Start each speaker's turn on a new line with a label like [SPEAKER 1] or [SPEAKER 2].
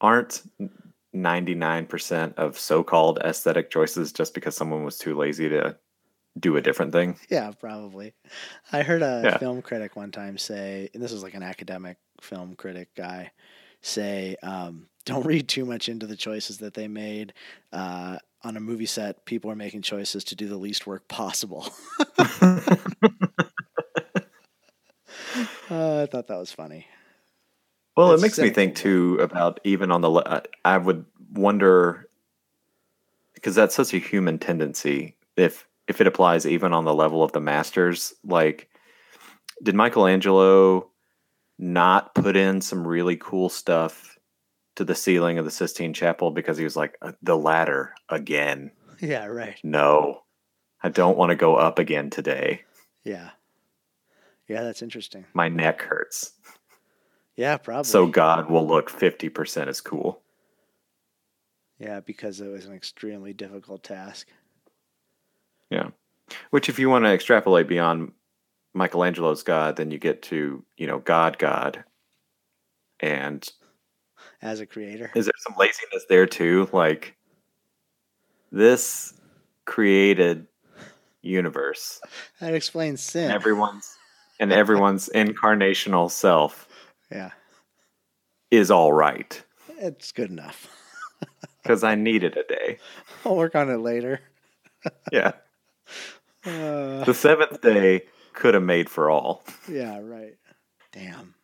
[SPEAKER 1] aren't 99% of so-called aesthetic choices just because someone was too lazy to do a different thing
[SPEAKER 2] Yeah, probably. I heard a
[SPEAKER 1] Yeah.
[SPEAKER 2] film critic one time say, and this is like an academic film critic guy, say, um, don't read too much into the choices that they made. Uh, on a movie set, people are making choices to do the least work possible. uh, I thought that was funny.
[SPEAKER 1] Well,
[SPEAKER 2] It's
[SPEAKER 1] it makes me think too about even on the. le- uh, I would wonder because that's such a human tendency. If if it applies even on the level of the masters, like did Michelangelo not put in some really cool stuff to the ceiling of the Sistine Chapel because he was like "Uh, the ladder again?
[SPEAKER 2] Yeah, right.
[SPEAKER 1] No, I don't want to go up again today.
[SPEAKER 2] Yeah. Yeah, that's interesting.
[SPEAKER 1] My neck hurts.
[SPEAKER 2] Yeah, probably.
[SPEAKER 1] So God will look fifty percent as cool.
[SPEAKER 2] yeah, because it was an extremely difficult task.
[SPEAKER 1] Which, if you want to extrapolate beyond Michelangelo's God, then you get to you know God, God, and
[SPEAKER 2] As a creator,
[SPEAKER 1] is there some laziness there too? Like this created universe,
[SPEAKER 2] that explains sin.
[SPEAKER 1] and everyone's and everyone's incarnational self
[SPEAKER 2] yeah,
[SPEAKER 1] is all right
[SPEAKER 2] it's good enough.
[SPEAKER 1] because I needed a day.
[SPEAKER 2] I'll work on it later.
[SPEAKER 1] Yeah,
[SPEAKER 2] Uh,
[SPEAKER 1] Uh, the seventh day could have made for all.
[SPEAKER 2] yeah, right. Damn.